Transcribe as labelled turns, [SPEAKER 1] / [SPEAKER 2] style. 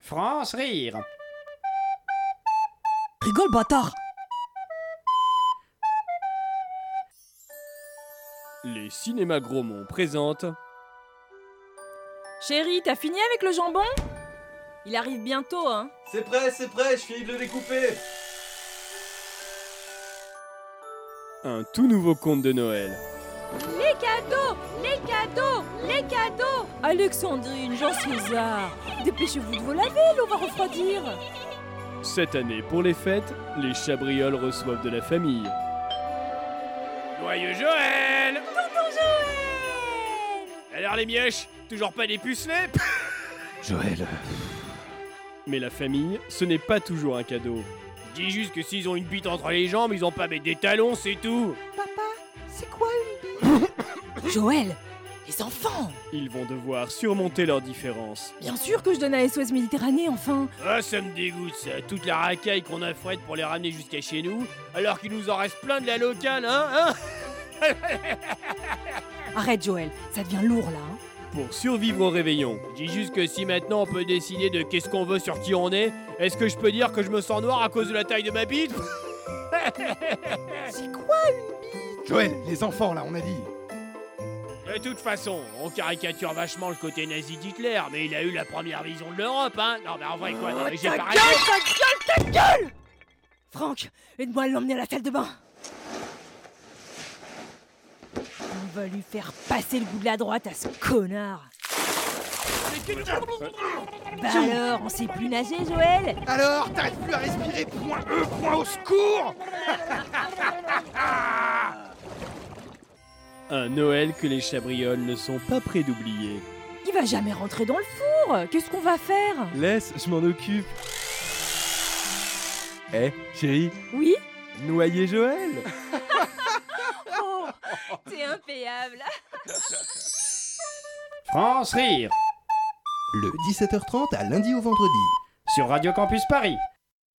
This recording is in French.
[SPEAKER 1] France rire.
[SPEAKER 2] Rigole, bâtard
[SPEAKER 3] Les cinémas Grosmont présentent
[SPEAKER 4] Chérie, t'as fini avec le jambon Il arrive bientôt, hein
[SPEAKER 5] C'est prêt, c'est prêt, je finis de le découper.
[SPEAKER 3] un tout nouveau conte de Noël.
[SPEAKER 4] Les cadeaux Les cadeaux Les cadeaux Alexandrine, Jean César Dépêchez-vous de vous laver, l'eau va refroidir
[SPEAKER 3] Cette année, pour les fêtes, les Chabrioles reçoivent de la famille. Joyeux Joël Alors les mioches, toujours pas des pucelets
[SPEAKER 5] Joël.
[SPEAKER 3] Mais la famille, ce n'est pas toujours un cadeau. Dis juste que s'ils ont une bite entre les jambes, ils ont pas mettre des talons, c'est tout
[SPEAKER 2] Joël Les enfants
[SPEAKER 3] Ils vont devoir surmonter leurs différences.
[SPEAKER 4] Bien sûr que je donne à SOS Méditerranée, enfin
[SPEAKER 3] Ah, ça me dégoûte ça, toute la racaille qu'on affrète pour les ramener jusqu'à chez nous, alors qu'il nous en reste plein de la locale, hein, hein
[SPEAKER 2] Arrête, Joël, ça devient lourd là. hein.
[SPEAKER 3] Pour survivre au réveillon, je dis juste que si maintenant on peut décider de qu'est-ce qu'on veut sur qui on est, est-ce que je peux dire que je me sens noir à cause de la taille de ma bite
[SPEAKER 6] Joël, les enfants, là, on a dit.
[SPEAKER 3] De toute façon, on caricature vachement le côté nazi d'Hitler, mais il a eu la première vision de l'Europe, hein Non mais en vrai quoi, non mais
[SPEAKER 6] Oh,
[SPEAKER 3] j'ai pas raison.
[SPEAKER 2] Franck, aide-moi à l'emmener à la salle de bain. On va lui faire passer le goût de la droite à ce connard. Bah alors, on sait plus nager, Joël
[SPEAKER 6] Alors, t'arrives plus à respirer, point E, point au secours
[SPEAKER 3] Un Noël que les chabrioles ne sont pas près d'oublier.
[SPEAKER 4] Il va jamais rentrer dans le four Qu'est-ce qu'on va faire
[SPEAKER 7] Laisse, je m'en occupe. Eh, chérie,
[SPEAKER 4] Oui
[SPEAKER 7] noyer Joël
[SPEAKER 4] Oh T'es impayable
[SPEAKER 1] France rire
[SPEAKER 6] Le 17h30 à lundi au vendredi.
[SPEAKER 1] sur Radio Campus Paris.